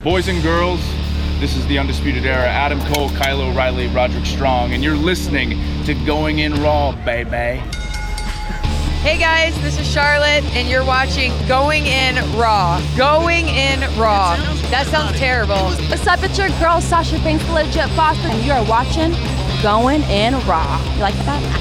Boys and girls, this is the Undisputed Era. Adam Cole, Kylo Riley, Roderick Strong, and you're listening to Going In Raw, baby. Hey guys, this is Charlotte, and you're watching Going In Raw. Going In Raw. That sounds terrible. What's up? It's your girl Sasha Banks, the legit boss, and you are watching Going In Raw. You like that?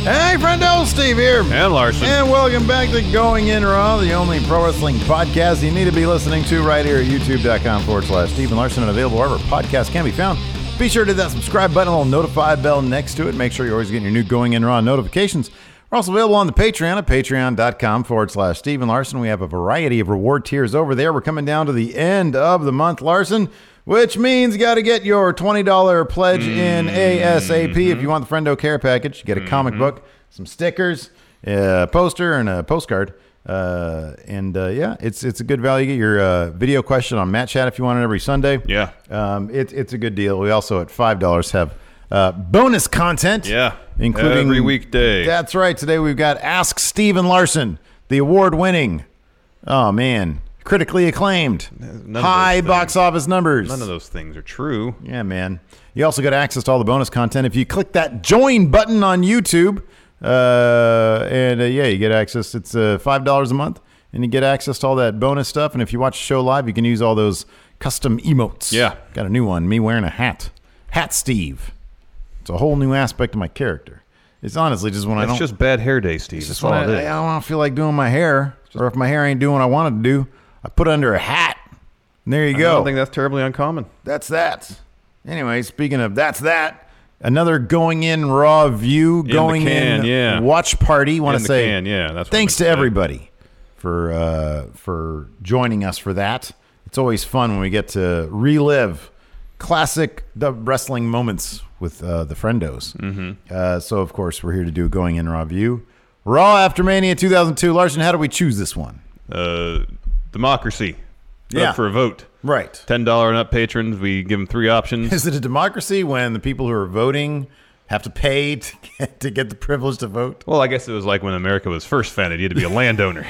Hey, friendo, Steve here. And Larson. And welcome back to Going In Raw, the only pro wrestling podcast you need to be listening to right here at youtube.com forward slash Steven Larson and available wherever podcasts can be found. Be sure to hit that subscribe button, a little notify bell next to it. Make sure you're always getting your new Going In Raw notifications. We're also available on the Patreon at patreon.com forward slash Steven Larson. We have a variety of reward tiers over there. We're coming down to the end of the month, Larson. Which means you got to get your $20 pledge in ASAP if you want the Friendo Care Package. You get a comic book, some stickers, a poster, and a postcard. Uh, and uh, yeah, it's it's a good value. You get your uh, video question on Matt Chat if you want it every Sunday. Yeah. Um, it, it's a good deal. We also, at $5, have uh, bonus content. Yeah. Including Every weekday. That's right. Today we've got Ask Steven Larson, the award winning, oh man, critically acclaimed, those high things. box office numbers. None of those things are true. Yeah, man. You also get access to all the bonus content if you click that join button on YouTube. Uh, and uh, yeah, you get access. It's uh, five dollars a month, and you get access to all that bonus stuff. And if you watch the show live, you can use all those custom emotes. Yeah. got a new one. Me wearing a hat, hat Steve. It's a whole new aspect of my character. It's honestly just when I That's don't just bad hair day, Steve. That's all when I, it is. I don't wanna feel like doing my hair, or if my hair ain't doing what I wanted to do, I put it under a hat. And there you I go. don't think that's terribly uncommon. That's that. Anyway, speaking of that's that, another going in raw view, the going can, in yeah. watch party. Want In to the say can, yeah, that's what thanks to I said. everybody for uh, for joining us for that. It's always fun when we get to relive classic the wrestling moments with uh, the friendos. Mm-hmm. Uh, so of course we're here to do a going in raw view. Raw after Mania 2002. Larson, how do we choose this one? Uh, democracy. Vote Yeah. for a vote. Right. Ten dollar and up patrons. We give them three options. Is it a democracy when the people who are voting have to pay to get, to get the privilege to vote? Well, I guess it was like when America was first founded. You had to be a landowner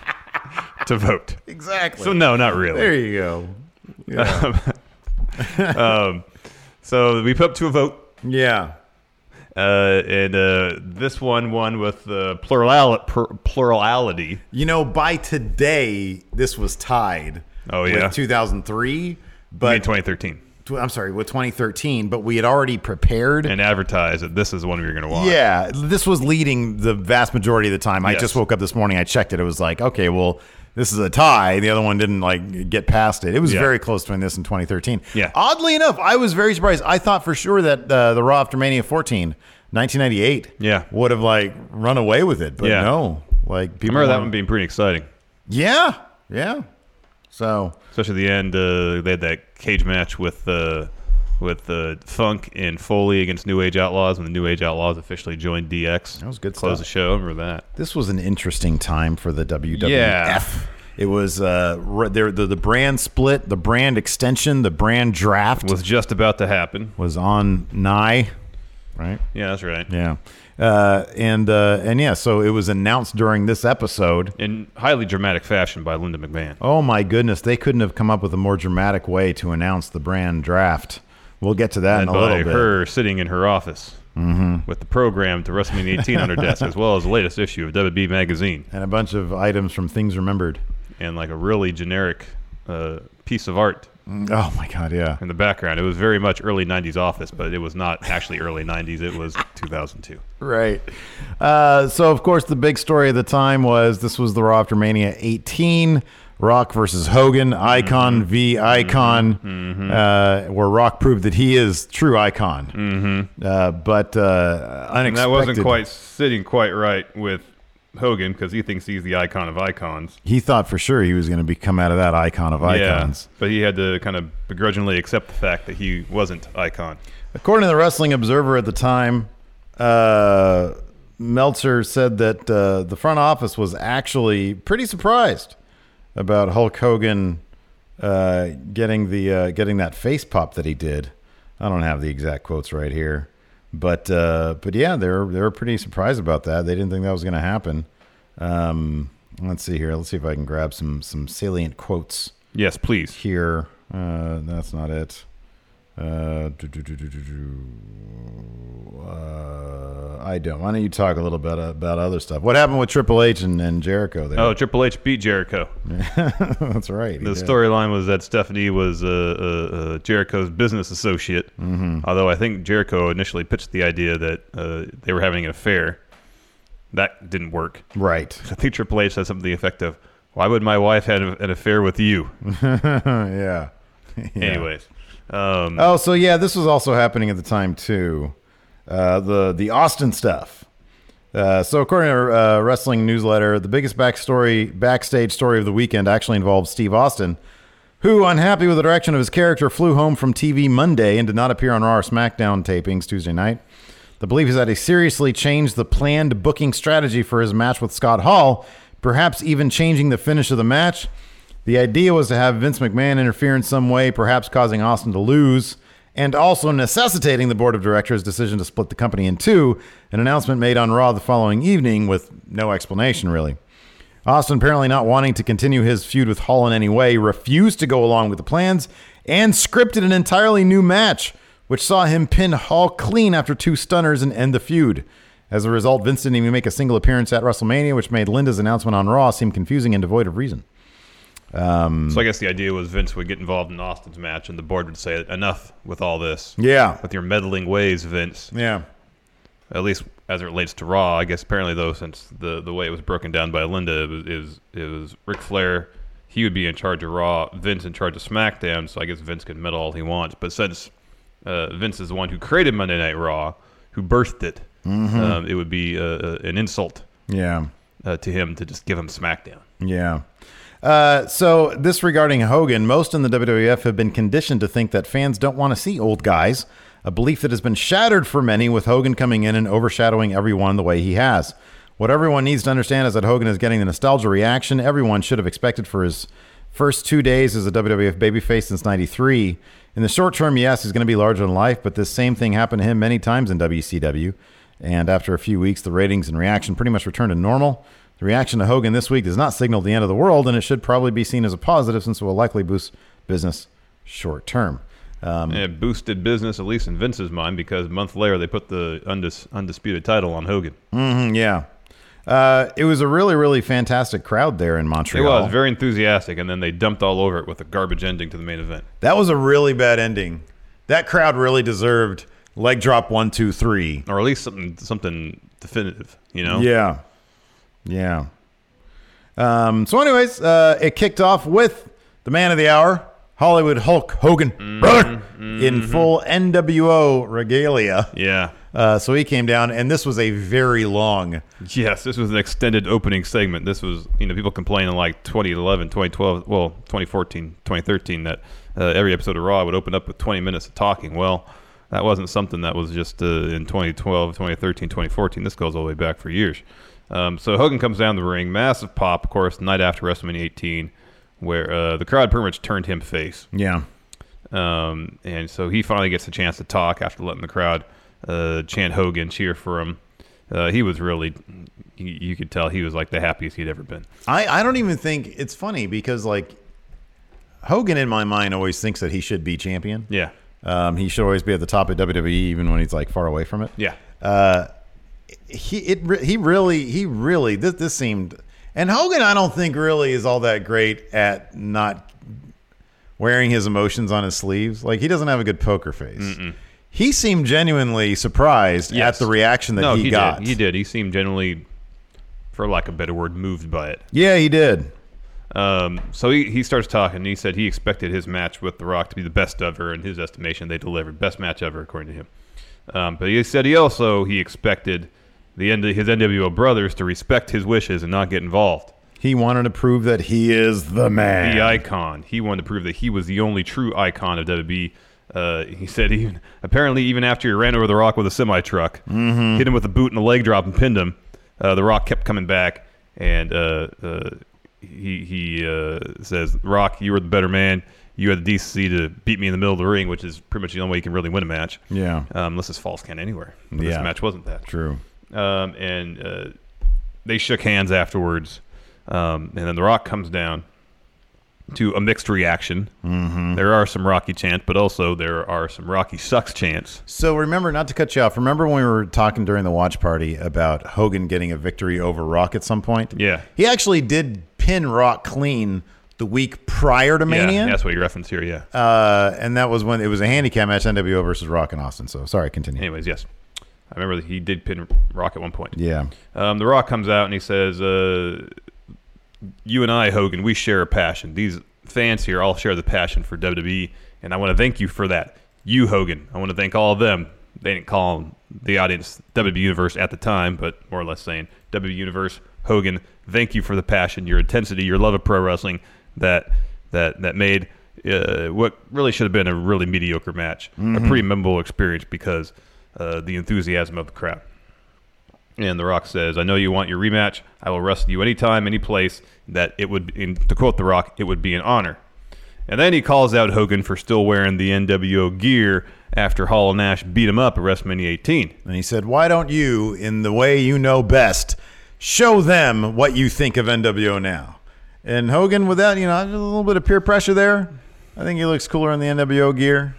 to vote. Exactly. So no, not really. There you go. Yeah. So we put up to a vote. yeah. Uh, and uh, this one won with the plural, plur, plurality. You know, by today, this was tied. Oh, yeah. With 2003, I but mean, 2013. tw- I'm sorry, with 2013, but we had already prepared. And advertise that this is the one we are going to watch. yeah, this was leading the vast majority of the time. I Yes. just woke up this morning. I checked it. It was like, okay, well, this is a tie. The other one didn't like get past it. It was Yeah. very close to doing this in 2013. Yeah. Oddly enough, I was very surprised. I thought for sure that uh, the Raw after Mania 14, 1998, Yeah. would have like run away with it, but Yeah. no, like people I remember that wanna- one being pretty exciting. Yeah, yeah. So Especially the end, uh, they had that cage match with uh, with uh, Funk and Foley against New Age Outlaws when the New Age Outlaws officially joined DX. That was good Close stuff. the show. I remember that. this was an interesting time for the WWF. Yeah. It was uh, r- there the, the brand split, the brand extension, the brand draft Was just about to happen. was on Nye, right? Yeah, that's right. Yeah, uh, and uh, and yeah, so it was announced during this episode. In highly dramatic fashion by Linda McMahon. Oh my goodness, they couldn't have come up with a more dramatic way to announce the brand draft. We'll get to that and in a little by bit. Mm-hmm. her sitting in her office with the program to WrestleMania 18 on her desk, as well as the latest issue of WB Magazine, And a bunch of items from Things Remembered. and like a really generic uh, piece of art Oh my god, yeah. in the background. It was very much early 90s office, but it was not actually early 90s. It was 2002. Right. Uh, so, of course, the big story of the time was this was the Raw after Mania 18, Rock versus Hogan, Icon v Icon, uh, where Rock proved that he is true Icon. Mm-hmm. Uh, but uh, unexpected. And that wasn't quite sitting quite right with Hogan because he thinks he's the icon of icons. He thought for sure he was going to be come out of that icon of icons. Yeah, but he had to kind of begrudgingly accept the fact that he wasn't icon. According to the Wrestling Observer at the time, uh, Meltzer said that uh, the front office was actually pretty surprised about Hulk Hogan uh, getting the uh, getting that face pop that he did. I don't have the exact quotes right here, but uh, but yeah, they were they were pretty surprised about that. They didn't think that was going to happen. Um, let's see here. Let's see if I can grab some some salient quotes Yes, please. here. Uh, that's not it. Uh, do, do, do, do, do, do. Uh, I don't. Why don't you talk a little bit about other stuff? What happened with Triple H and, and Jericho there? Oh, Triple H beat Jericho. that's right. he The did. storyline was that Stephanie was uh, uh, uh, Jericho's business associate, mm-hmm. although I think Jericho initially pitched the idea that uh, they were having an affair. That didn't work. Right. I think Triple H said something to the effect of, "Why would my wife have an affair with you?" yeah. Anyways, um, Oh, so yeah, this was also happening at the time too. Uh, the the Austin stuff. Uh, so according to uh, Wrestling Newsletter, the biggest backstory backstage story of the weekend actually involves Steve Austin, who, unhappy with the direction of his character, flew home from TV Monday and did not appear on Raw or SmackDown tapings Tuesday night. The belief is that he seriously changed the planned booking strategy for his match with Scott Hall, perhaps even changing the finish of the match. The idea was to have Vince McMahon interfere in some way, perhaps causing Austin to lose, and also necessitating the board of directors' decision to split the company in two, an announcement made on Raw the following evening with no explanation, really. Austin, apparently not wanting to continue his feud with Hall in any way, refused to go along with the plans and scripted an entirely new match, which saw him pin Hall clean after two stunners and end the feud. As a result, Vince didn't even make a single appearance at WrestleMania, which made Linda's announcement on Raw seem confusing and devoid of reason. so I guess the idea was Vince would get involved in Austin's match, and the board would say, "Enough with all this." Yeah. With your meddling ways, Vince. Yeah. At least as it relates to Raw, I guess. Apparently, though, since the the way it was broken down by Linda, it was it was, it was Ric Flair. He would be in charge of Raw. Vince in charge of SmackDown. So I guess Vince can meddle all he wants. But since uh, Vince is the one who created Monday Night Raw, who birthed it, um, it would be uh, uh, an insult Yeah. uh, to him to just give him SmackDown. Yeah. Uh, so this regarding Hogan, most in the WWF have been conditioned to think that fans don't want to see old guys, a belief that has been shattered for many with Hogan coming in and overshadowing everyone the way he has. What everyone needs to understand is that Hogan is getting the nostalgia reaction everyone should have expected for his first two days as a WWF babyface since 93. In the short term, yes, he's going to be larger than life, but this same thing happened to him many times in WCW. And after a few weeks, the ratings and reaction pretty much returned to normal. The reaction to Hogan this week does not signal the end of the world, and it should probably be seen as a positive since it will likely boost business short term. Um, And it boosted business, at least in Vince's mind, because a month later they put the undis- undisputed title on Hogan. mhm, Mm. yeah. Uh, it was a really, really fantastic crowd there in It Montreal. was very enthusiastic, and then they dumped all over it with a garbage ending to the main event. that was a really bad ending. That crowd really deserved leg drop one, two, three. or at least something something definitive. You know, Yeah. Yeah. Um, so, anyways, uh, it kicked off with the man of the hour, Hollywood Hulk Hogan, brother, in full NWO regalia. yeah, Uh, so he came down, and this was a very long. yes. This was an extended opening segment. This was you know people complain in like 2011, 2012, well 2014, 2013 that uh, every episode of Raw would open up with 20 minutes of talking. Well. That wasn't something that was just uh, in 2012, 2013, 2014. This goes all the way back for years. Um, so Hogan comes down the ring, massive pop, of course, night after WrestleMania 18, where uh, the crowd pretty much turned him face. Yeah. Um, and so he finally gets a chance to talk after letting the crowd uh, chant Hogan, cheer for him. Uh, he was really, you, you could tell he was like the happiest he'd ever been. I, I don't even think it's funny because, like, Hogan in my mind always thinks that he should be champion. Yeah. Um, he should always be at the top of WWE, even when he's, like, far away from it. Yeah. Uh, he it re- he really he really this this seemed and Hogan I don't think really is all that great at not wearing his emotions on his sleeves. Like he doesn't have a good poker face. He seemed genuinely surprised Yes. at the reaction that no, he, he, got. did. He did. He seemed generally, for lack of a better word, moved by it. Yeah, he did. Um, so he, he starts talking. He said he expected his match with The Rock to be the best ever. In his estimation, they delivered best match ever, according to him. Um, but he said he also he expected the N- his NWO brothers to respect his wishes and not get involved. He wanted to prove that he is the man. the icon. He wanted to prove that he was the only true icon of WWE. Uh, he said even apparently even after he ran over the Rock with a semi truck, Mm-hmm. hit him with a boot and a leg drop and pinned him. Uh, the Rock kept coming back, and uh, uh, he he uh, says, "Rock, you were the better man. You had the decency to beat me in the middle of the ring, which is pretty much the only way you can really win a match. Yeah. um, unless it's false count anywhere. But This Yeah. match wasn't that True. um, and uh, they shook hands afterwards. Um, and then The Rock comes down to a mixed reaction. Mm-hmm. There are some Rocky chants, but also there are some Rocky sucks chants. So remember, not to cut you off, remember when we were talking during the watch party about Hogan getting a victory over Rock at some point? Yeah. He actually did pin Rock clean the week prior to Mania. Yeah, that's what you reference here. Yeah. uh, and that was when it was a handicap match, NWO versus Rock and Austin. So sorry, continue. Anyways, yes, I remember that he did pin Rock at one point. Yeah. Um, the Rock comes out and he says, uh, "You and I, Hogan, we share a passion. These fans here all share the passion for WWE, and I want to thank you for that. You, Hogan, I want to thank all of them. They didn't call the audience WWE Universe at the time, but more or less saying WWE Universe, Hogan, thank you for the passion, your intensity, your love of pro wrestling that that that made." Uh, what really should have been a really mediocre match, a pretty memorable experience because uh, the enthusiasm of the crowd. And The Rock says, I know you want your rematch. I will wrestle you anytime, any place. That it would, in, to quote The Rock, it would be an honor. And then he calls out Hogan for still wearing the NWO gear after Hall and Nash beat him up at WrestleMania 18. And he said, Why don't you, in the way you know best, show them what you think of NWO now? And Hogan, without, you know, a little bit of peer pressure there, I think he looks cooler in the NWO gear,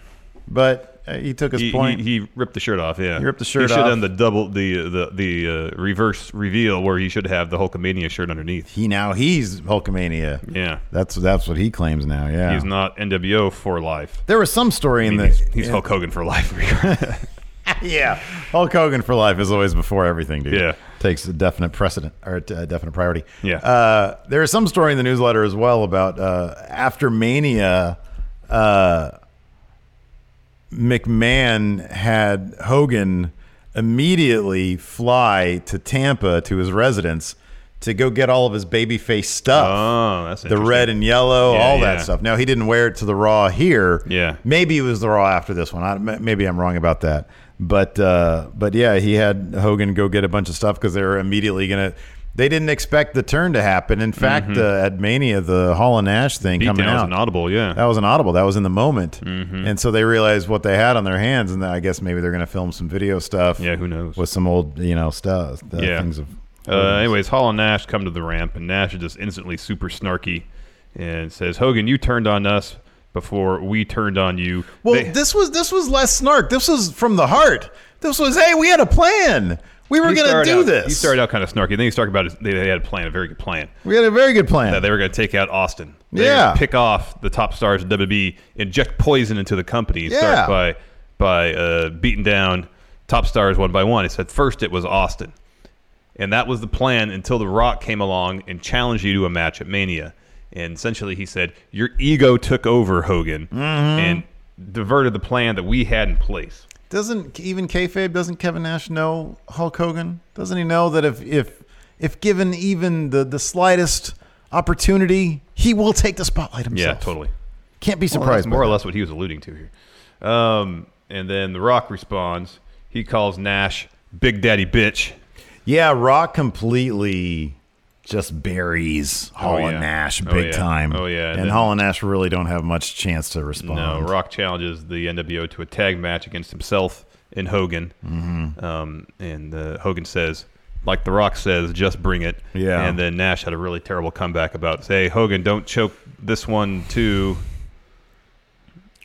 but uh, he took his He, point. he, he ripped the shirt off. Yeah, He ripped the shirt He should off. have done the double, the the the uh, reverse reveal where he should have the Hulkamania shirt underneath. he now he's Hulkamania. Yeah, That's that's what he claims now. Yeah, he's not NWO for life. There was some story in He's, this. he's Hulk Hogan for life. Yeah, Hulk Hogan for life is always before everything, dude. Yeah. takes a definite precedent or a definite priority. Yeah. uh, there is some story in the newsletter as well about uh, after Mania, uh, McMahon had Hogan immediately fly to Tampa to his residence to go get all of his babyface stuff oh, that's the red and yellow, Yeah, all yeah. that stuff. Now he didn't wear it to the Raw here. Yeah. maybe it was the Raw after this one. I, m- maybe I'm wrong about that. But uh, but yeah, he had Hogan go get a bunch of stuff because they were immediately gonna. They didn't expect the turn to happen. In fact, Mm-hmm. uh, at Mania, the Hall and Nash thing beatdown coming was out, an audible. Yeah, that was an audible. That was in the moment, Mm-hmm. and so they realized what they had on their hands, and I guess maybe they're gonna film some video stuff. Yeah, who knows? With some old you know stuff, the Yeah. things of. Uh, anyways, Hall and Nash come to the ramp, and Nash is just instantly super snarky and says, Hogan, you turned on us before we turned on you. Well, They- this was this was less snark. This was from the heart. This was, hey, we had a plan. We were he going to started do out- this. He started out kind of snarky. Then he started about his, they, they had a plan, a very good plan. we had a very good plan. That they were going to take out Austin. They were Yeah. gonna Pick off the top stars of WB, inject poison into the company, and Yeah. start by, by uh, beating down top stars one by one. He said, first it was Austin. And that was the plan until The Rock came along and challenged you to a match at Mania. And essentially, he said, Your ego took over, Hogan, Mm-hmm. and diverted the plan that we had in place. doesn't even kayfabe? Doesn't Kevin Nash know Hulk Hogan? Doesn't he know that if if if given even the the slightest opportunity, he will take the spotlight himself? Yeah, totally. Can't be Well, that's surprised. by more or that. less what he was alluding to here. Um, and then The Rock responds. He calls Nash Big Daddy Bitch. Yeah, Rock completely just buries Hall yeah. and Nash Oh, big yeah. time. Oh, and, yeah. And then- Hall and Nash really don't have much chance to respond. No, Rock challenges the NWO to a tag match against himself and Hogan. Mm-hmm. Um, and uh, Hogan says, like The Rock says, just bring it. Yeah. And then Nash had a really terrible comeback about, say, Hogan, don't choke this one too.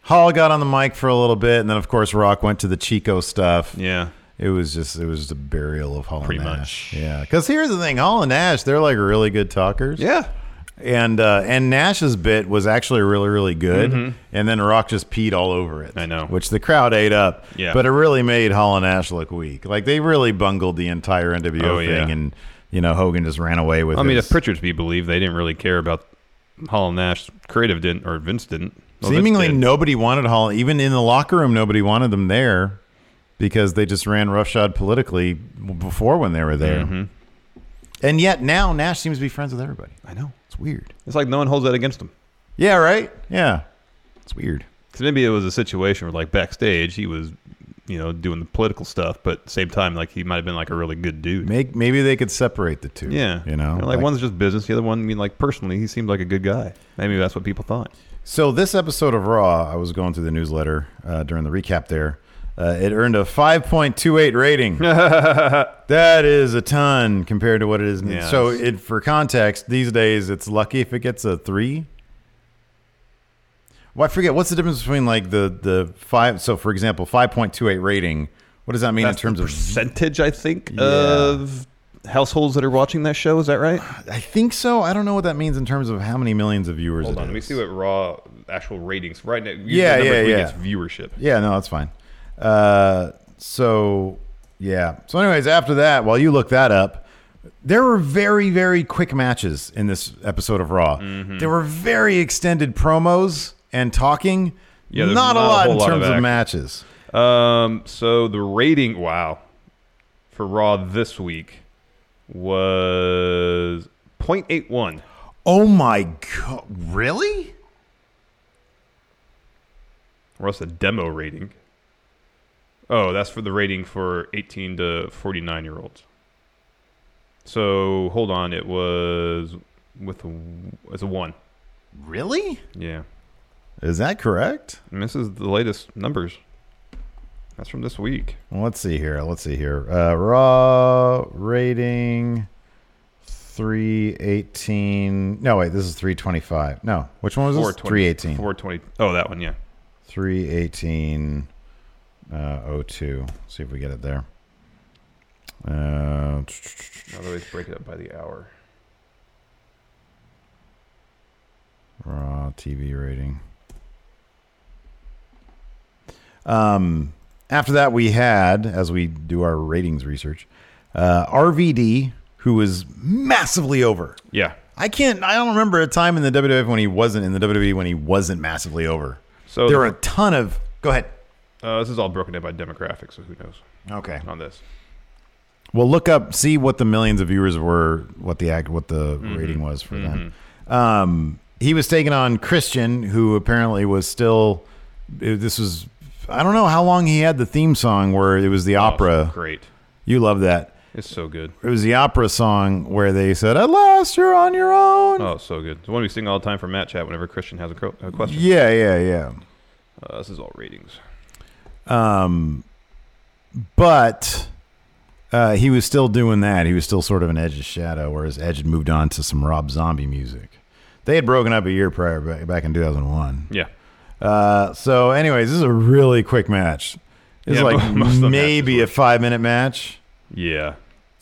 Hall got on the mic for a little bit, and then of course Rock went to the Chico stuff. Yeah. It was just it was just a burial of Hall Pretty and Nash. much. Yeah, because here's the thing, Hall and Nash, they're like really good talkers. Yeah. and uh, and Nash's bit was actually really really good, and then Rock just peed all over it. Mm-hmm. I know. which the crowd ate up. Yeah. but it really made Hall and Nash look weak. Like they really bungled the entire NWO Oh, thing, yeah. and you know Hogan just ran away with. I mean, his- if Pritchard to be believed, they didn't really care about Hall and Nash. Creative didn't, or Vince didn't. Well, Vince Seemingly did. nobody wanted Hall. Even in the locker room, nobody wanted them there because they just ran roughshod politically before when they were there. Mm-hmm. And yet now Nash seems to be friends with everybody. I know. It's weird. It's like no one holds that against him. Yeah, right? Yeah. It's weird. Because maybe it was a situation where, like, backstage he was, you know, doing the political stuff, but at the same time, like, he might have been like a really good dude. Make maybe they could separate the two. Yeah, You know? like, one's just business, the other one, I mean, like personally, he seemed like a good guy. Maybe that's what people thought. So this episode of Raw, I was going through the newsletter uh, during the recap there. Uh, it earned a 5.28 rating. that is a ton compared to what it is. Yeah, so it's- it, for context, these days it's lucky if it gets a three. Well, I forget what's the difference between like the the five. So for example, 5.28 rating. What does that mean That's in terms the of? percentage, I think, of households that are watching that show. Is that right? I think so. I don't know what that means in terms of how many millions of viewers. Hold it on, let me is. see what raw actual ratings right now. Yeah, the number yeah, we yeah. Gets gets viewership. Yeah, no, that's fine. Uh, so yeah. So, anyways, after that, while you look that up, there were very, very quick matches in this episode of Raw. Mm-hmm. There were very extended promos and talking. Yeah, not, there's a not a lot whole in lot of terms of, action. matches. Um, so the rating, wow, for raw this week was 0.81. Oh my god! Really? Or else a demo rating. Oh, that's for the rating for 18 to 49 year olds. So hold on, it was with a, it's a one. Really? Yeah, Is that correct? and this is the latest numbers. That's from this week. Well, Let's see here. Let's see here. Uh, raw rating 318. No, wait, this is 325. No, which one was this? 318. 420. Oh, that one, yeah. 318 uh, 02. See if we get it there. Uh, Otherwise, break it up by the hour. raw TV rating. Um, Um, after that, we had, as we do our ratings research, uh, RVD, who was massively over. Yeah. I can't. I don't remember a time in the WWF when he wasn't in the WWE when he wasn't massively over. So there the- are a ton of. Go ahead. Uh, this is all broken down by demographics, so who knows Okay. on this? Well, look up, see what the millions of viewers were, what the act, what the Mm-hmm. rating was for them. Um, he was taking on Christian, who apparently was still. eh, This was. I don't know how long he had the theme song where it was the opera. Oh, great. You love that. It's so good. It was the opera song where they said, "At last, you're on your own." Oh, so good. It's the one we sing all the time for Matt Chat whenever Christian has a, cro- a question. Yeah, yeah, yeah. Uh, this is all ratings. but uh, he was still doing that. He was still sort of an Edge's shadow, whereas Edge had moved on to some Rob Zombie music. They had broken up a year prior, back, back in 2001. Yeah. Uh, so, anyways, this is a really quick match. It's Yeah, like most of the maybe a matches five minute match. Yeah.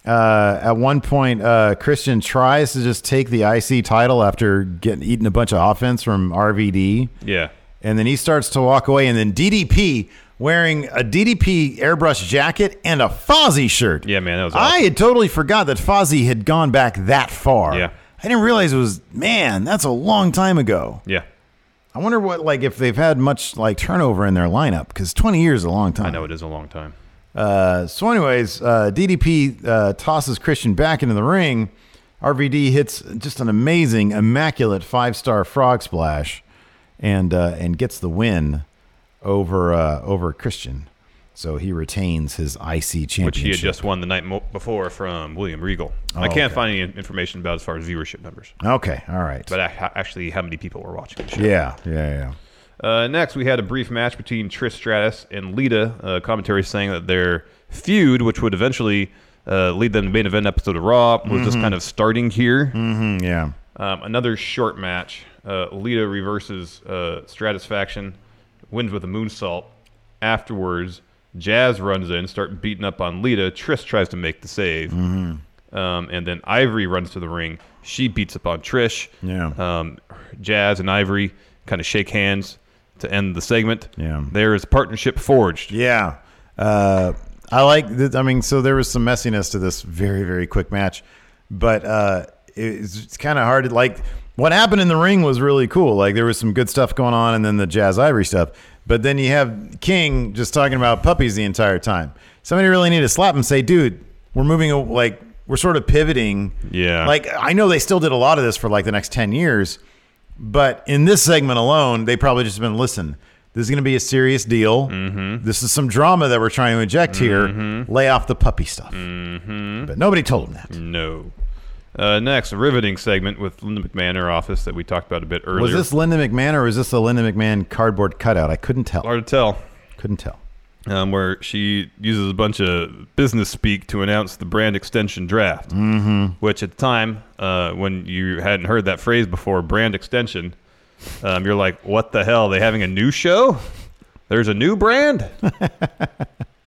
Uh, at one point, uh, Christian tries to just take the IC title after getting eating a bunch of offense from RVD. Yeah. And then he starts to walk away. And then DDP, wearing a DDP airbrush jacket and a Fozzy shirt. Yeah, man, that was I awesome. had totally forgot that Fozzy had gone back that far. Yeah. I didn't realize it was, man, that's a long time ago. Yeah. I wonder what, like, if they've had much, like, turnover in their lineup, because 20 years is a long time. I know it is a long time. Uh, so, anyways, uh, DDP uh, tosses Christian back into the ring. RVD hits just an amazing, immaculate five star frog splash, and uh, and gets the win over uh, over Christian. So he retains his IC championship. Which he had just won the night mo- before from William Regal. I Oh, can't okay. find any in- information about as far as viewership numbers, Okay, all right. but ac- actually how many people were watching the show. yeah, yeah, yeah. Uh, next, we had a brief match between Trish Stratus and Lita. Uh, commentary saying that their feud, which would eventually uh, lead them to main event episode of Raw, was just kind of starting here. Mm, yeah. Um, another short match. Uh, Lita reverses uh, Stratus faction, wins with a moonsault. Afterwards, Jazz runs in, start beating up on Lita. Trish tries to make the save. Mm-hmm. Um, and then Ivory runs to the ring. She beats up on Trish. Yeah. Um, Jazz and Ivory kind of shake hands to end the segment. Yeah. There is partnership forged. Yeah. Uh, I like that. I mean, so there was some messiness to this very, very quick match, but uh, it's, it's kind of hard to like. what happened in the ring was really cool. Like there was some good stuff going on, and then the Jazz Ivory stuff. But then you have King just talking about puppies the entire time. Somebody really need to slap him and say, "Dude, we're moving. a- Like we're sort of pivoting." Yeah. Like I know they still did a lot of this for like the next ten years, but in this segment alone, they probably just been listen. This is going to be a serious deal. Mm-hmm. This is some drama that we're trying to inject here. Mm-hmm. Lay off the puppy stuff. Mm-hmm. But nobody told him that. No. Uh, next, a riveting segment with Linda McMahon in her office that we talked about a bit earlier. Was this Linda McMahon or was this the Linda McMahon cardboard cutout? I couldn't tell. hard to tell? Couldn't tell. um, where she uses a bunch of business speak to announce the brand extension draft. Mm-hmm. Which at the time, uh, when you hadn't heard that phrase before, brand extension, um, you're like, what the hell? Are they having a new show? There's a new brand?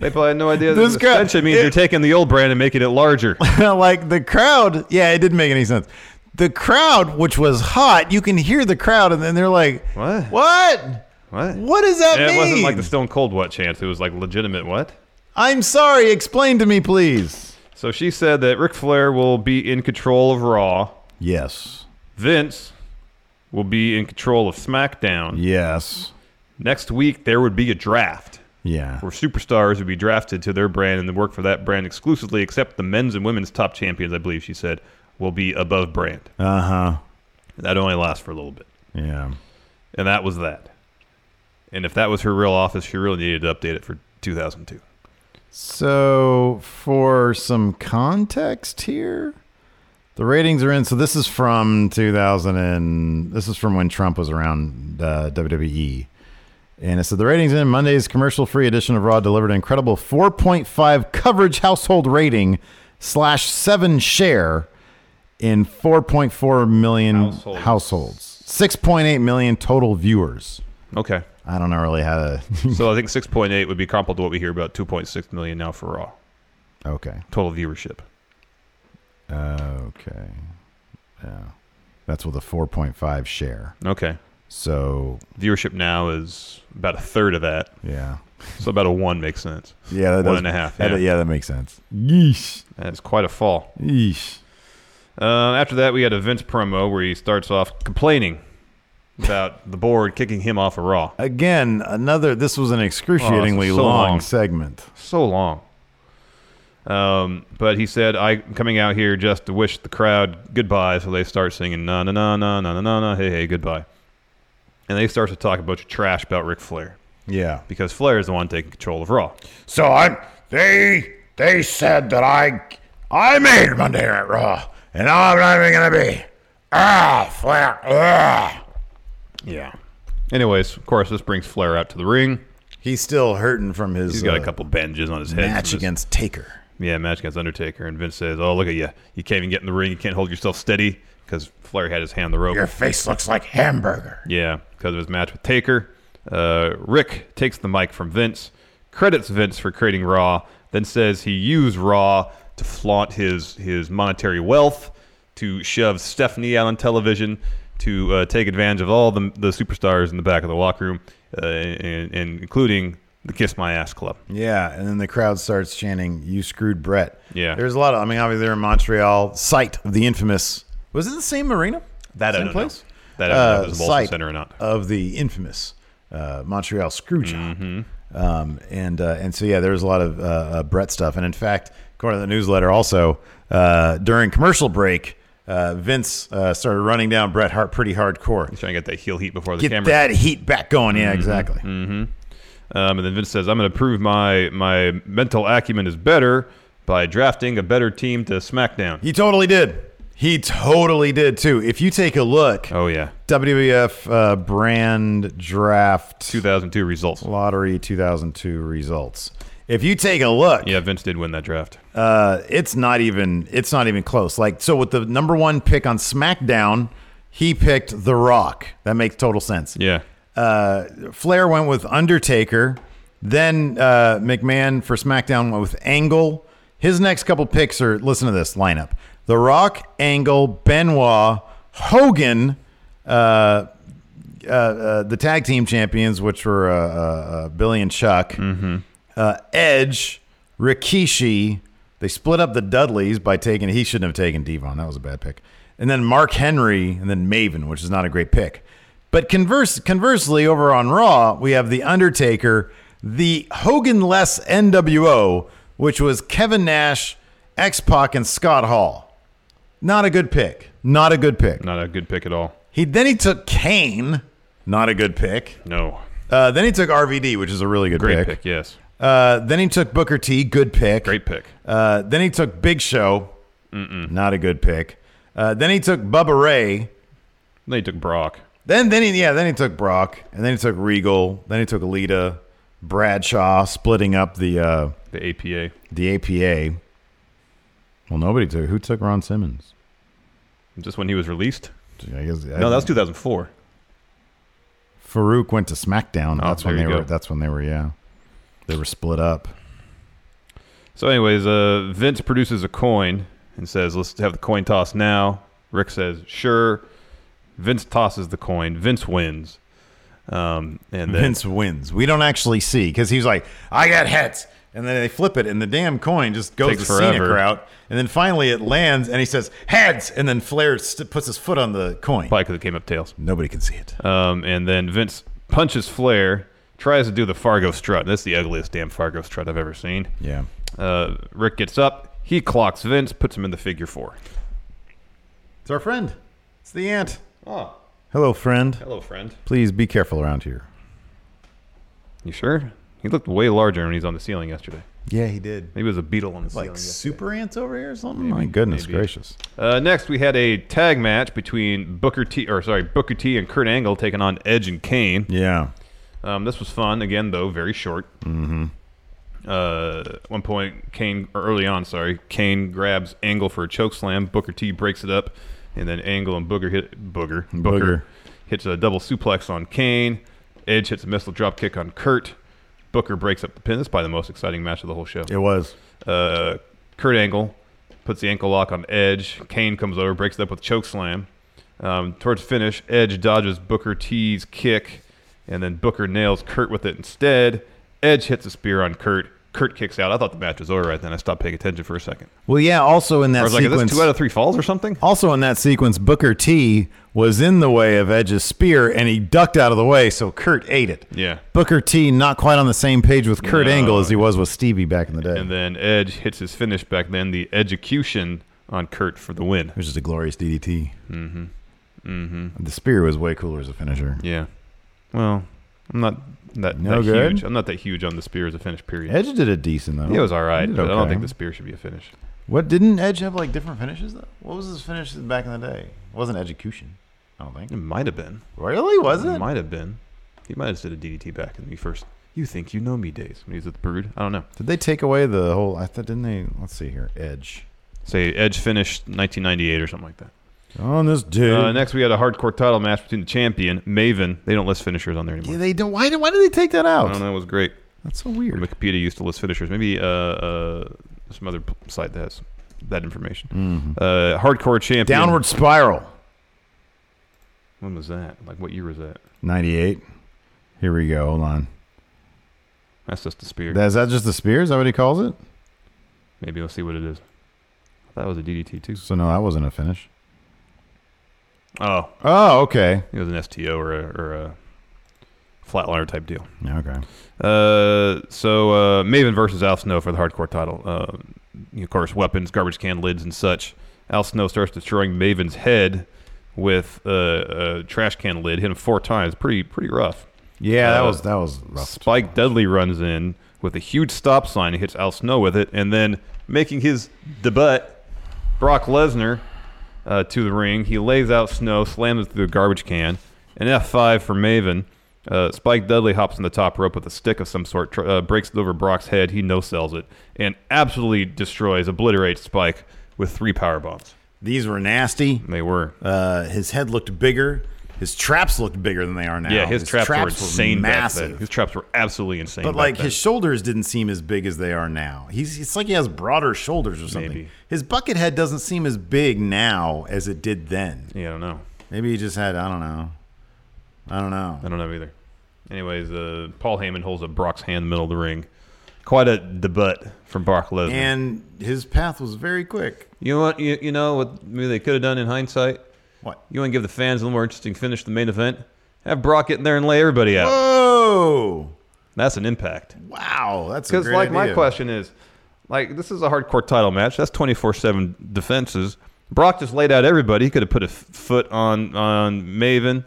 People had no idea This that guy- extension means it- you're taking the old brand and making it larger. like the crowd, yeah, it didn't make any sense. The crowd, which was hot, you can hear the crowd, and then they're like, What? What? What? What does that And mean? It wasn't like the Stone Cold What chance. It was like legitimate what? I'm sorry. Explain to me, please." So she said that Ric Flair will be in control of Raw. Yes. Vince will be in control of SmackDown. Yes. Next week, there would be a draft Yeah. where superstars would be drafted to their brand and then work for that brand exclusively, except the men's and women's top champions, I believe she said, will be above brand. Uh huh. That only lasts for a little bit. Yeah. And that was that. And if that was her real office, she really needed to update it for 2002. So, for some context here, the ratings are in. So, this is from 2000, and this is from when Trump was around uh, WWE. And it said the ratings in Monday's commercial free edition of Raw delivered an incredible 4.5 coverage household rating slash seven share in 4.4 million Households. households, 6.8 million total viewers. Okay. I don't know really how to. So I think 6.8 would be comparable to what we hear about 2.6 million now for Raw, okay. total viewership. Oh, Okay. Yeah. That's with a 4.5 share. Okay. So, Viewership now is about a third of that. yeah. So about a one makes sense. Yeah, that One does- and a half, That, yeah. yeah, that makes sense. Yeesh. That's quite a fall. Yeesh. Uh, after that, we had a Vince promo where he starts off complaining about the board kicking him off of Raw. Again, another. This was an excruciatingly Oh, so long, long. segment. So long. Um, but he said, "I'm coming out here just to wish the crowd goodbye." So they start singing "Na na na na na na na na hey hey goodbye," and they start to talk a bunch of trash about Ric Flair Yeah. because Flair is the one taking control of Raw. So I they they said that I I made Monday Night Raw, and I'm not even gonna be. Ah, flat. Ah. Yeah. Anyways, of course, this brings Flair out to the ring. He's still hurting from his He's got uh, a couple bandages on his head. from match his- against Taker. Yeah, match against Undertaker, and Vince says, "Oh, look at you! You can't even get in the ring. You can't hold yourself steady because Flair had his hand on the rope." Your face looks like hamburger. Yeah, because of his match with Taker. Uh, Rick takes the mic from Vince, credits Vince for creating Raw, then says he used Raw to flaunt his his monetary wealth, to shove Stephanie out on television, to uh, take advantage of all the the superstars in the back of the locker room, uh, and, and including the Kiss My Ass Club. Yeah, and then the crowd starts chanting, "You screwed Brett." Yeah. there's a lot of. I mean, obviously they're in Montreal, site of the infamous. Was it the same arena? That I same don't know. place. Uh, That I don't know if it was the Molson site Center or not. of the infamous uh, Montreal screw job. Mm-hmm. Um, and uh, and so yeah, there was a lot of uh, uh, Brett stuff. And in fact, according to the newsletter, also uh, during commercial break, uh, Vince uh, started running down Bret Hart pretty hardcore. He's trying to get that heel heat before the get camera. that heat back going. Yeah, exactly. hmm Um, and then Vince says, "I'm going to prove my my mental acumen is better by drafting a better team to SmackDown." He totally did. He totally did too. If you take a look, oh yeah, WWF uh, brand draft 2002 results lottery 2002 results. If you take a look, yeah, Vince did win that draft. Uh, it's not even it's not even close. Like so, with the number one pick on SmackDown, he picked The Rock. That makes total sense. Yeah. Uh, Flair went with Undertaker. Then uh, McMahon for SmackDown went with Angle. His next couple picks are listen to this lineup: The Rock, Angle, Benoit, Hogan, uh, uh, uh, the tag team champions, which were uh, uh, uh, Billy and Chuck, uh, Edge, Rikishi. They split up the Dudleys by taking. He shouldn't have taken Devon. That was a bad pick. And then Mark Henry, and then Maven, which is not a great pick. But converse, conversely, over on Raw, we have The Undertaker, the Hogan less NWO, which was Kevin Nash, X Pac, and Scott Hall. Not a good pick. Not a good pick. Not a good pick at all. He then he took Kane. Not a good pick. No. Uh, then he took RVD, which is a really good Great pick. pick. Yes. Uh, then he took Booker T. Good pick. Great pick. Uh, then he took Big Show. Not a good pick. Uh, then he took Bubba Ray. Then he took Brock. Then then he yeah then he took Brock and then he took Regal. Then he took Alita, Bradshaw, splitting up the uh, The APA. the APA. Well, nobody took who took Ron Simmons. Just when he was released. I guess No, that was 2004. Farouk went to SmackDown. Oh, that's when there they you were. go. That's when they were. Yeah, they were split up. So, anyways, uh, Vince produces a coin and says, "Let's have the coin toss now." Rick says, "Sure." Vince tosses the coin. Vince wins. Um, and then Vince wins. We don't actually see because he's like, I got heads. And then they flip it, and the damn coin just goes Takes the scenic forever. route. And then finally it lands, and he says, heads. And then Flair st- puts his foot on the coin. probably because it came up tails. Nobody can see it. Um, and then Vince punches Flair, tries to do the Fargo strut. That's the ugliest damn Fargo strut I've ever seen. Yeah. Uh, Rick gets up. He clocks Vince, puts him in the figure four. It's our friend. It's the ant. Oh, Hello, friend. hello, friend. Please be careful around here. You sure? He looked way larger when he's on the ceiling yesterday. Yeah, he did. Maybe it was a beetle on the Like ceiling. super ants over here or something? My goodness gracious. Uh, next, we had a tag match between Booker T, or sorry, Booker T and Kurt Angle taking on Edge and Kane. Yeah. Um, this was fun again, though very short. Mm-hmm. Uh, at one point, Kane or early on, sorry, Kane grabs Angle for a choke slam. Booker T breaks it up, and then Angle and Booger hit Booger Booker Booger. hits a double suplex on Kane. Edge hits a missile drop kick on Kurt. Booker breaks up the pin. This is probably the most exciting match of the whole show. It was. Uh, Kurt Angle puts the ankle lock on Edge. Kane comes over, breaks it up with choke slam. Um, towards finish, Edge dodges Booker T's kick, and then Booker nails Kurt with it instead. Edge hits a spear on Kurt. Kurt kicks out. I thought the match was over right then. I stopped paying attention for a second. Well, yeah, also in I that was like, is sequence. this two out of three falls or something? Also in that sequence, Booker T was in the way of Edge's spear and he ducked out of the way, so Kurt ate it. Yeah. Booker T not quite on the same page with Kurt No. Angle as he was with Stevie back in the day. And then Edge hits his finish back then, the execution on Kurt for the win. It was just a glorious DDT. Mm-hmm. Mm-hmm. The spear was way cooler as a finisher. Yeah. Well, I'm not that, No that good? huge. I'm not that huge on the spear as a finish period. Edge did a decent though. It was all right, He did but I don't okay. think the spear should be a finish. What didn't Edge have like different finishes though? What was his finish back in the day? It wasn't execution. I don't It think. might have been. Really? Was it? might have been. He might have did a DDT back in the first. You think you know me days when he was at the Brood. I don't know. Did they take away the whole? I thought didn't they? Let's see here. Edge Say Edge finished 1998 or something like that. on this dude. Uh, next, we had a hardcore title match between the champion Maven. They don't list finishers on there Yeah, anymore. they don't. Why? did- Why did they take that I don't out? know. It was great. That's so weird. Wikipedia used to list finishers. Maybe uh, uh, some other p- site that has that information. Uh, hardcore Mm-hmm. champion. Downward spiral. When was that? Like what year was that? 98. Here we go. Hold on. That's just the spear. Is that just the spear? Is that what he calls it? Maybe we'll see what it is. I thought it was a DDT too. So, no, that wasn't a finish. Oh, Oh, okay. It was an STO or a, or a flatliner type deal. Yeah, Okay. Uh, so uh, Maven versus Al Snow for the hardcore title. Uh, of course, weapons, garbage can lids, and such. Al Snow starts destroying Maven's head with uh, a trash can lid. Hit him four times. Pretty pretty rough. Yeah, that Uh, was that was rough. Spike Dudley runs in with a huge stop sign and hits Al Snow with it, and then making his debut, Brock Lesnar uh, to the ring. He lays out Snow, slams it through a garbage can. An F5 for Maven. Uh, Spike Dudley hops on the top rope with a stick of some sort, tr- uh, breaks it over Brock's head. He no sells it and absolutely destroys, obliterates Spike with three power bombs. These were nasty. They were. Uh, his head looked bigger. His traps looked bigger than they are now. yeah, his, traps, were traps insane. back then. massive. His traps were absolutely insane. But back like then. his shoulders didn't seem as big as they are now. He's it's like he has broader shoulders or something. Maybe. His bucket head doesn't seem as big now as it did then. yeah, I don't know. Maybe he just had I don't know. I don't know. I don't know either. Anyways, uh, Paul Heyman holds up Brock's hand in the middle of the ring. Quite a debut from Brock Lesnar. And his path was very quick. you know what? You, you know what? Maybe they could have done in hindsight. What? You want to give the fans a little more interesting finish to the main event? Have Brock get in there and lay everybody out. Oh That's an impact. wow, that's a Because great like my idea. question is, like this is a hardcore title match. That's twenty four seven defenses. Brock just laid out everybody. He could have put a f- foot on on Maven,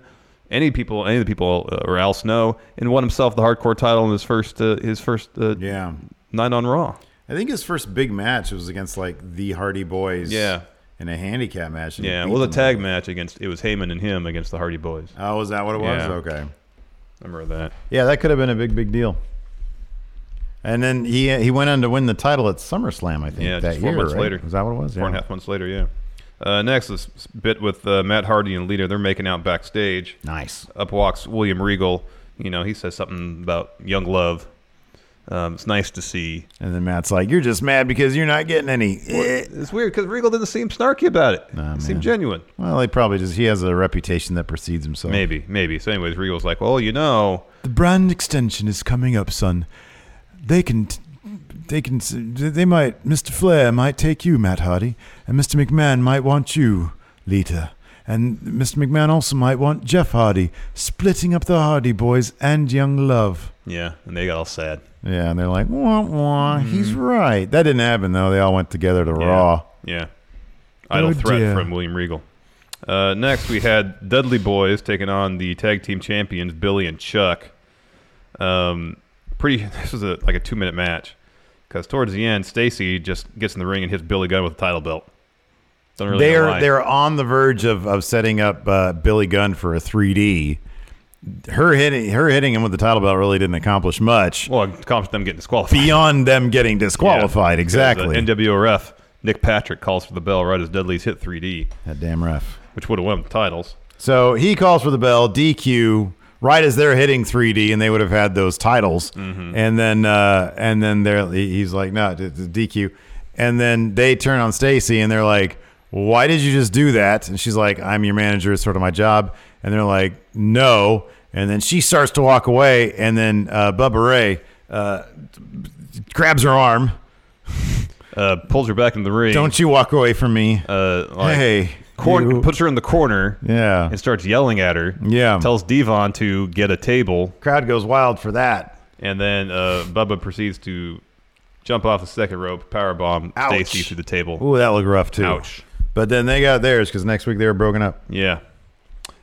any people, any of the people, uh, or Al Snow, and won himself the hardcore title in his first uh, his first uh, Yeah. night on Raw. I think his first big match was against like the Hardy Boys. Yeah. In a handicap match. and he Yeah, beat well, the them. tag match against it was Heyman and him against the Hardy Boys. I Oh, was that what it was? Yeah. Okay. remember that. Yeah, that could have been a big, big deal. And then he he went on to win the title at SummerSlam, I think. Yeah, that just four year, months right? later. Was that what it was? Four and a Yeah. half months later. Yeah. Uh, next, this bit with uh, Matt Hardy and Lita. They're making out backstage. Nice. up walks William Regal. You know, he says something about young love. Um, it's nice to see. And then Matt's like, "You're just mad because you're not getting any." Eh. It's weird because Regal didn't seem snarky about it. Nah, it seemed man. genuine. Well, he probably just he has a reputation that precedes himself. Maybe, maybe. So, anyways, Regal's like, well, you know, The brand extension is coming up, son. They can, they can, they might. Mr. Flair might take you, Matt Hardy, and Mr. McMahon might want you, Lita, and Mr. McMahon also might want Jeff Hardy, splitting up the Hardy Boys and Young Love. yeah. And they got all sad. Yeah, and they're like, wah, wah, he's right. That didn't happen, though. They all went together to Raw. Mm. Yeah. Idle Oh, threat dear. from William Regal. Uh, next, we had Dudley Boys taking on the tag team champions Billy and Chuck. Um, pretty. This was a like a two minute match because towards the end, Stacy just gets in the ring and hits Billy Gunn with a title belt. Don't really know they're why. they're on the verge of, of setting up uh, Billy Gunn for a 3D. Her hitting her hitting him with the title belt really didn't accomplish much well, it accomplished them getting disqualified. beyond them getting disqualified. Yeah, because, uh, exactly. NWRF Nick Patrick calls for the bell right as Dudley's hit 3D, that damn ref. which would have won the titles. So he calls for the bell, DQ, right as they're hitting 3D, and they would have had those titles. Mm-hmm. And then uh, and then they're, he- he's like, no, it's a DQ. And then they turn on Stacy and they're like, why did you just do that? And she's like, I'm your manager, it's sort of my job. And they're like, no. And then she starts to walk away, and then uh, Bubba Ray uh, grabs her arm. Uh, pulls her back in the ring. Don't you walk away from me? uh, like, Hey, cor- you- puts her in the corner. Yeah. and starts yelling at her. Yeah. tells Devon to get a table, Crowd goes wild for that. and then uh, Bubba proceeds to jump off the second rope, power bomb Ouch. Stacy through the table. Ooh, that looked rough too. Ouch. But then they got theirs because next week they were broken up. Yeah.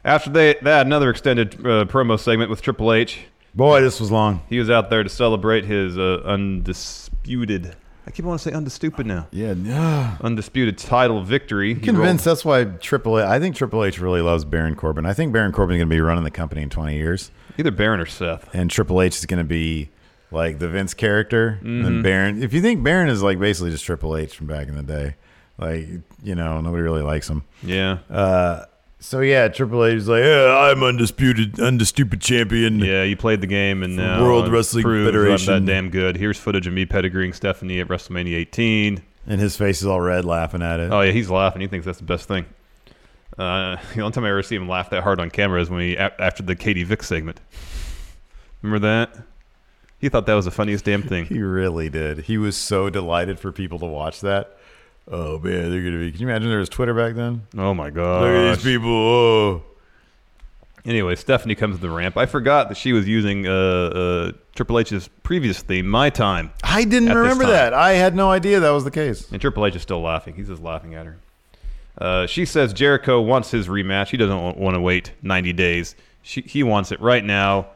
After they, that, another extended uh, promo segment with Triple H. Boy, this was long. He was out there to celebrate his uh, undisputed. I keep wanting to say undistupid now. Yeah. undisputed title victory. He Convinced rolled- that's why Triple H. I think Triple H really loves Baron Corbin. I think Baron Corbin's going to be running the company in 20 years, either Baron or Seth. and Triple H is going to be like the Vince character. And then Baron. If you think Baron is like basically just Triple H from back in the day, like you know nobody really likes him. Yeah, So yeah, Triple H is like, yeah, I'm undisputed, undisputed champion. yeah. You played the game, and now World it Wrestling proves I'm Federation. that damn good. Here's footage of me pedigreeing Stephanie at WrestleMania 18. And his face is all red, laughing at it. Oh yeah, he's laughing. He thinks that's the best thing. Uh, the only time I ever see him laugh that hard on camera is when he a- after the Katie Vick segment. Remember that? He thought that was the funniest damn thing. He really did. He was so delighted for people to watch that. Oh man, they're gonna be. Can you imagine there was Twitter back then? Oh my Look at god. these people. Oh, Anyway, Stephanie comes to the ramp. I forgot that she was using uh, uh, Triple H's previous theme, "My Time." I didn't At this remember time. that. I had no idea that was the case. And Triple H is still laughing. He's just laughing at her. Uh, she says Jericho wants his rematch. He doesn't want to wait 90 days. She, he wants it right now,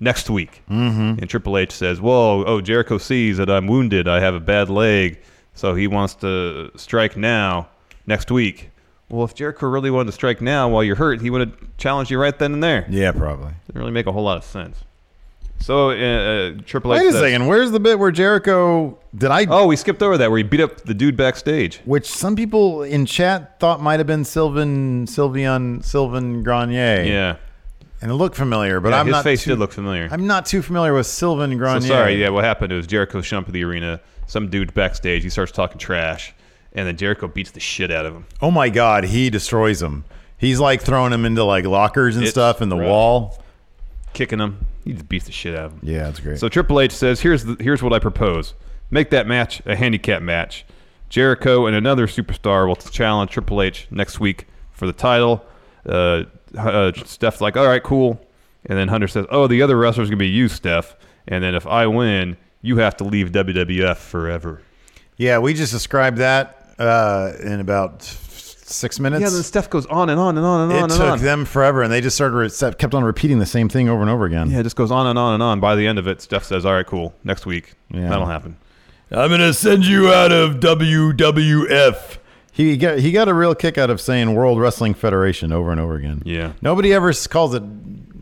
next week. Mm-hmm. And Triple H says, "Whoa, oh Jericho sees that I'm wounded. I have a bad leg, so he wants to strike now, next week." Well, if Jericho really wanted to strike now while you're hurt, he would have challenged you right then and there. Yeah, probably. Didn't really make a whole lot of sense. So uh, uh, Triple H. Wait a says- second. Where's the bit where Jericho? Did I? Oh, we skipped over that where he beat up the dude backstage. Which some people in chat thought might have been Sylvan Sylvian Sylvan Grenier. Yeah. And it looked familiar, but Yeah, I'm his not. face too, did look familiar. I'm not too familiar with Sylvan Grenier. So sorry, yeah. What happened was Jericho jumped to the arena. Some dude backstage. He starts talking trash, and then Jericho beats the shit out of him. Oh my God, he destroys him. He's like throwing him into like lockers and It's stuff in the rough. wall. kicking him. He just beats the shit out of him. Yeah, that's great. So Triple H says, "Here's the, here's what I propose: make that match a handicap match. Jericho and another superstar will challenge Triple H next week for the title." Uh, uh, Steph's like, "All right, cool." And then Hunter says, "Oh, the other wrestler's gonna be you, Steph. And then if I win, you have to leave WWF forever." yeah, we just described that uh, in about six minutes. yeah, then Steph goes on and on and on and on it and took on. them forever, and they just started re- kept on repeating the same thing over and over again. yeah, it just goes on and on and on. By the end of it, Steph says, "All right, cool. Next week, Yeah. that'll happen." I'm gonna send you out of WWF. He got he got a real kick out of saying World Wrestling Federation over and over again. Yeah. Nobody ever s- calls it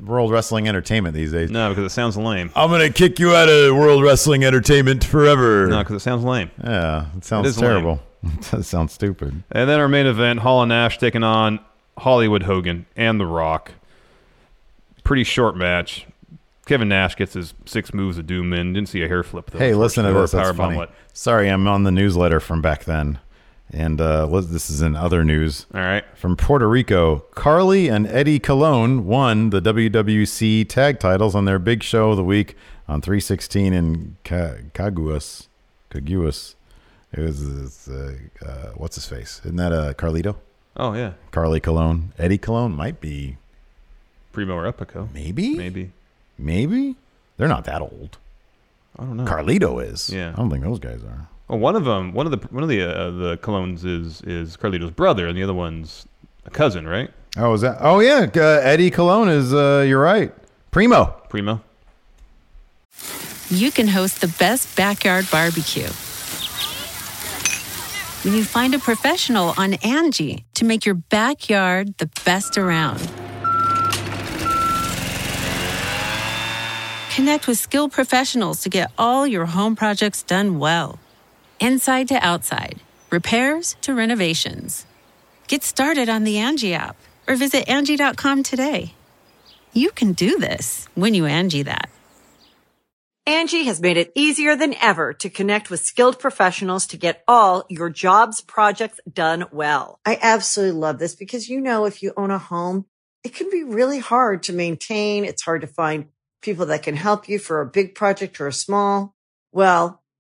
World Wrestling Entertainment these days. No, because it sounds lame. I'm gonna kick you out of World Wrestling Entertainment forever. No, because it sounds lame. yeah, it It sounds is lame. terrible. that sounds stupid. And then our main event, Hall and Nash taking on Hollywood Hogan and The Rock. Pretty short match. Kevin Nash gets his six moves of doom in. Didn't see a hair flip though. Hey, listen to Or a this. That's powerbomb, funny. what? Sorry, I'm on the newsletter from back then, and uh, let- this is in other news. All right. From Puerto Rico, Carly and Eddie Colon won the WWC tag titles on their big show of the week on 316 in Ca- Caguas. Caguas. It was, uh, uh, what's his face? Isn't that uh, Carlito? Oh yeah. Carly Colon. Eddie Colon might be, Primo or Epico. maybe? Maybe. Maybe? They're not that old. I don't know. Carlito is. Yeah. I don't think those guys are. Well, one of them, one of the one of the uh, the clones is is Carlito's brother, and the other one's a cousin, right? Oh, is that? Oh, yeah. Uh, Eddie Colon is, uh, you're right. Primo. Primo. you can host the best backyard barbecue. When you find a professional on Angie to make your backyard the best around. Connect with skilled professionals to get all your home projects done well. Inside to outside, repairs to renovations. Get started on the Angie app or visit Angie.com today. You can do this when you Angie that. Angie has made it easier than ever to connect with skilled professionals to get all your jobs projects done well. I absolutely love this because, you know, if you own a home, it can be really hard to maintain. It's hard to find people that can help you for a big project or a small. Well,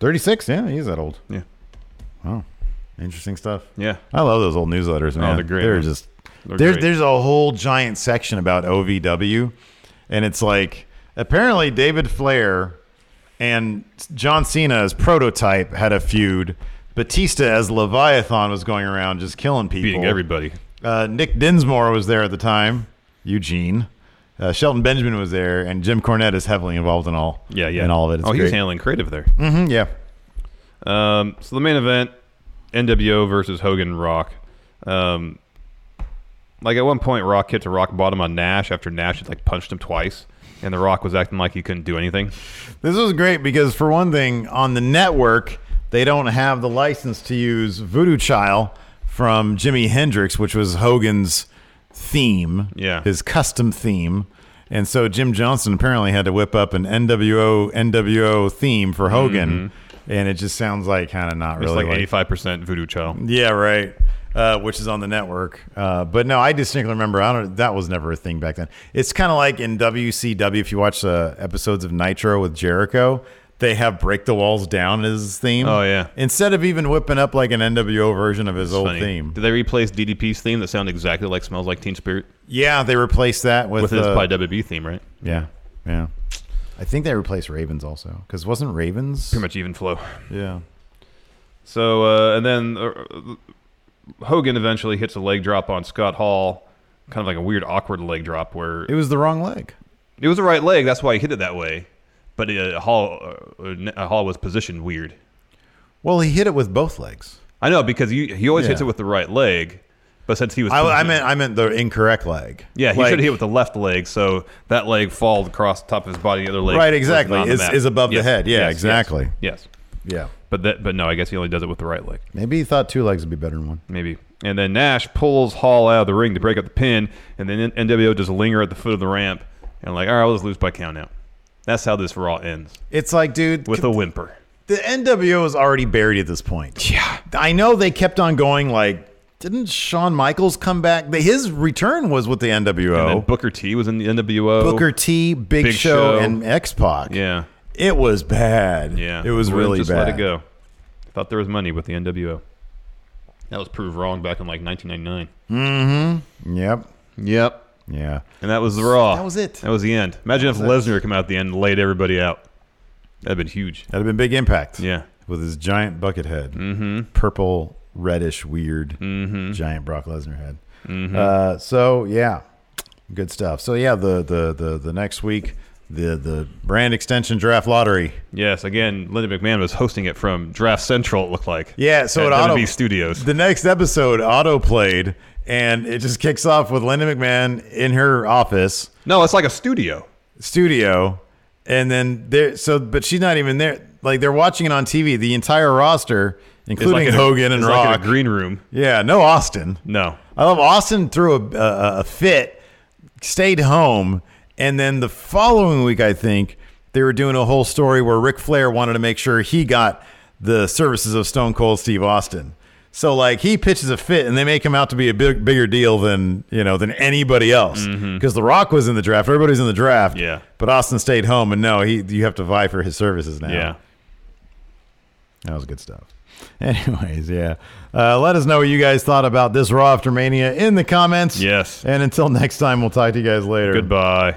36. Yeah, he's that old. Yeah. Wow. Interesting stuff. Yeah. I love those old newsletters, man. Oh, they're great, They're man. just They're there's great. there's a whole giant section about OVW, and it's like apparently David Flair and John Cena as prototype had a feud. Batista as Leviathan was going around just killing people, Beating everybody. Uh, Nick Dinsmore was there at the time. Eugene. Uh, Shelton Benjamin was there, and Jim Cornette is heavily involved in all. Yeah, yeah. in all of it. It's oh, he was great. handling creative there. Mhm, yeah. Um, so the main event, NWO versus Hogan and Rock. Um, Like at one point, Rock hits a rock bottom on Nash after Nash had like punched him twice, and the Rock was acting like he couldn't do anything. This was great because, for one thing, on the network, they don't have the license to use Voodoo Child from Jimi Hendrix, which was Hogan's theme, yeah, his custom theme. And so Jim Johnson apparently had to whip up an NWO NWO theme for Hogan, and it just sounds like kind of not Mm-hmm. It's really like eighty five percent Voodoo Child. Yeah, right. Uh, which is on the network. Uh, but no, I distinctly remember. I don't. That was never a thing back then. It's kind of like in WCW. If you watch uh, episodes of Nitro with Jericho, they have "Break the Walls Down" as his theme. Oh, yeah. Instead of even whipping up like an NWO version of his It's old funny. theme. Did they replace DDP's theme that sounded exactly like "Smells Like Teen Spirit" Yeah, they replaced that with, with his uh, by WB theme? Right. Yeah, yeah. I think they replaced Ravens also because wasn't Ravens pretty much even flow. Yeah. So uh, and then uh, Hogan eventually hits a leg drop on Scott Hall, kind of like a weird, awkward leg drop where It was the wrong leg. It was the right leg. That's why he hit it that way. But uh, Hall uh, Hall was positioned weird. Well, he hit it with both legs. I know because you, he always Yeah. hits it with the right leg, but since he was I, I positioned- meant I meant the incorrect leg. yeah, he Like- should have hit with the left leg, so that leg falls across the top of his body. The other leg, Right, was exactly. not on the Is- mat. is above the Yes, head. Yeah, yes, yes, exactly. Yes. Yeah. But that, but no, I guess he only does it with the right leg. Maybe he thought two legs would be better than one. Maybe. And then Nash pulls Hall out of the ring to break up the pin, and then NWO just linger at the foot of the ramp and like, all right, let's lose by count out. That's how this Raw ends It's like, dude, with a whimper. The NWO is already buried at this point. Yeah. I know they kept on going like didn't Shawn Michaels come back? They- His return was with the NWO. And then Booker T was in the NWO. Booker T, Big, Big Show, Show. and X Pac. Yeah. It was bad. Yeah, It was Would've really just bad. Let it go. Thought there was money with the NWO. That was proved wrong back in like 1999. Mm-hmm. Yep. Yep. Yeah. And that was the Raw. That was it. That was the end. Imagine if That was Lesnar came out at the end and laid everybody out. That'd been huge. That'd have been big impact. Yeah. With his giant bucket head. Mm-hmm. Purple, reddish, weird, Mm-hmm. giant Brock Lesnar head. Mhm. Uh, so yeah. Good stuff. So yeah, the the the, the next week, the the brand extension draft lottery. Yes, again, Linda McMahon was hosting it from Draft Central. It looked like. Yeah, so at it auto WB Studios. The next episode auto played, and it just kicks off with Linda McMahon in her office. No, it's like a studio. Studio, and then there. So, but she's not even there. Like they're watching it on TV. The entire roster, It's like including in a- Hogan and it's like in a Rock. green room. yeah, no Austin. No. I love Austin threw a, a, a fit, stayed home, and then the following week, I think they were doing a whole story where Ric Flair wanted to make sure he got the services of Stone Cold Steve Austin. So like he pitches a fit, and they make him out to be a big, bigger deal than you know than anybody else because The Rock was in the draft, everybody's in the draft, Mm-hmm. Yeah. But Austin stayed home, and no, he you have to vie for his services now. Yeah. That was good stuff. Anyways, yeah. Uh, let us know what you guys thought about this Raw After Mania in the comments. Yes. And until next time, we'll talk to you guys later. Goodbye.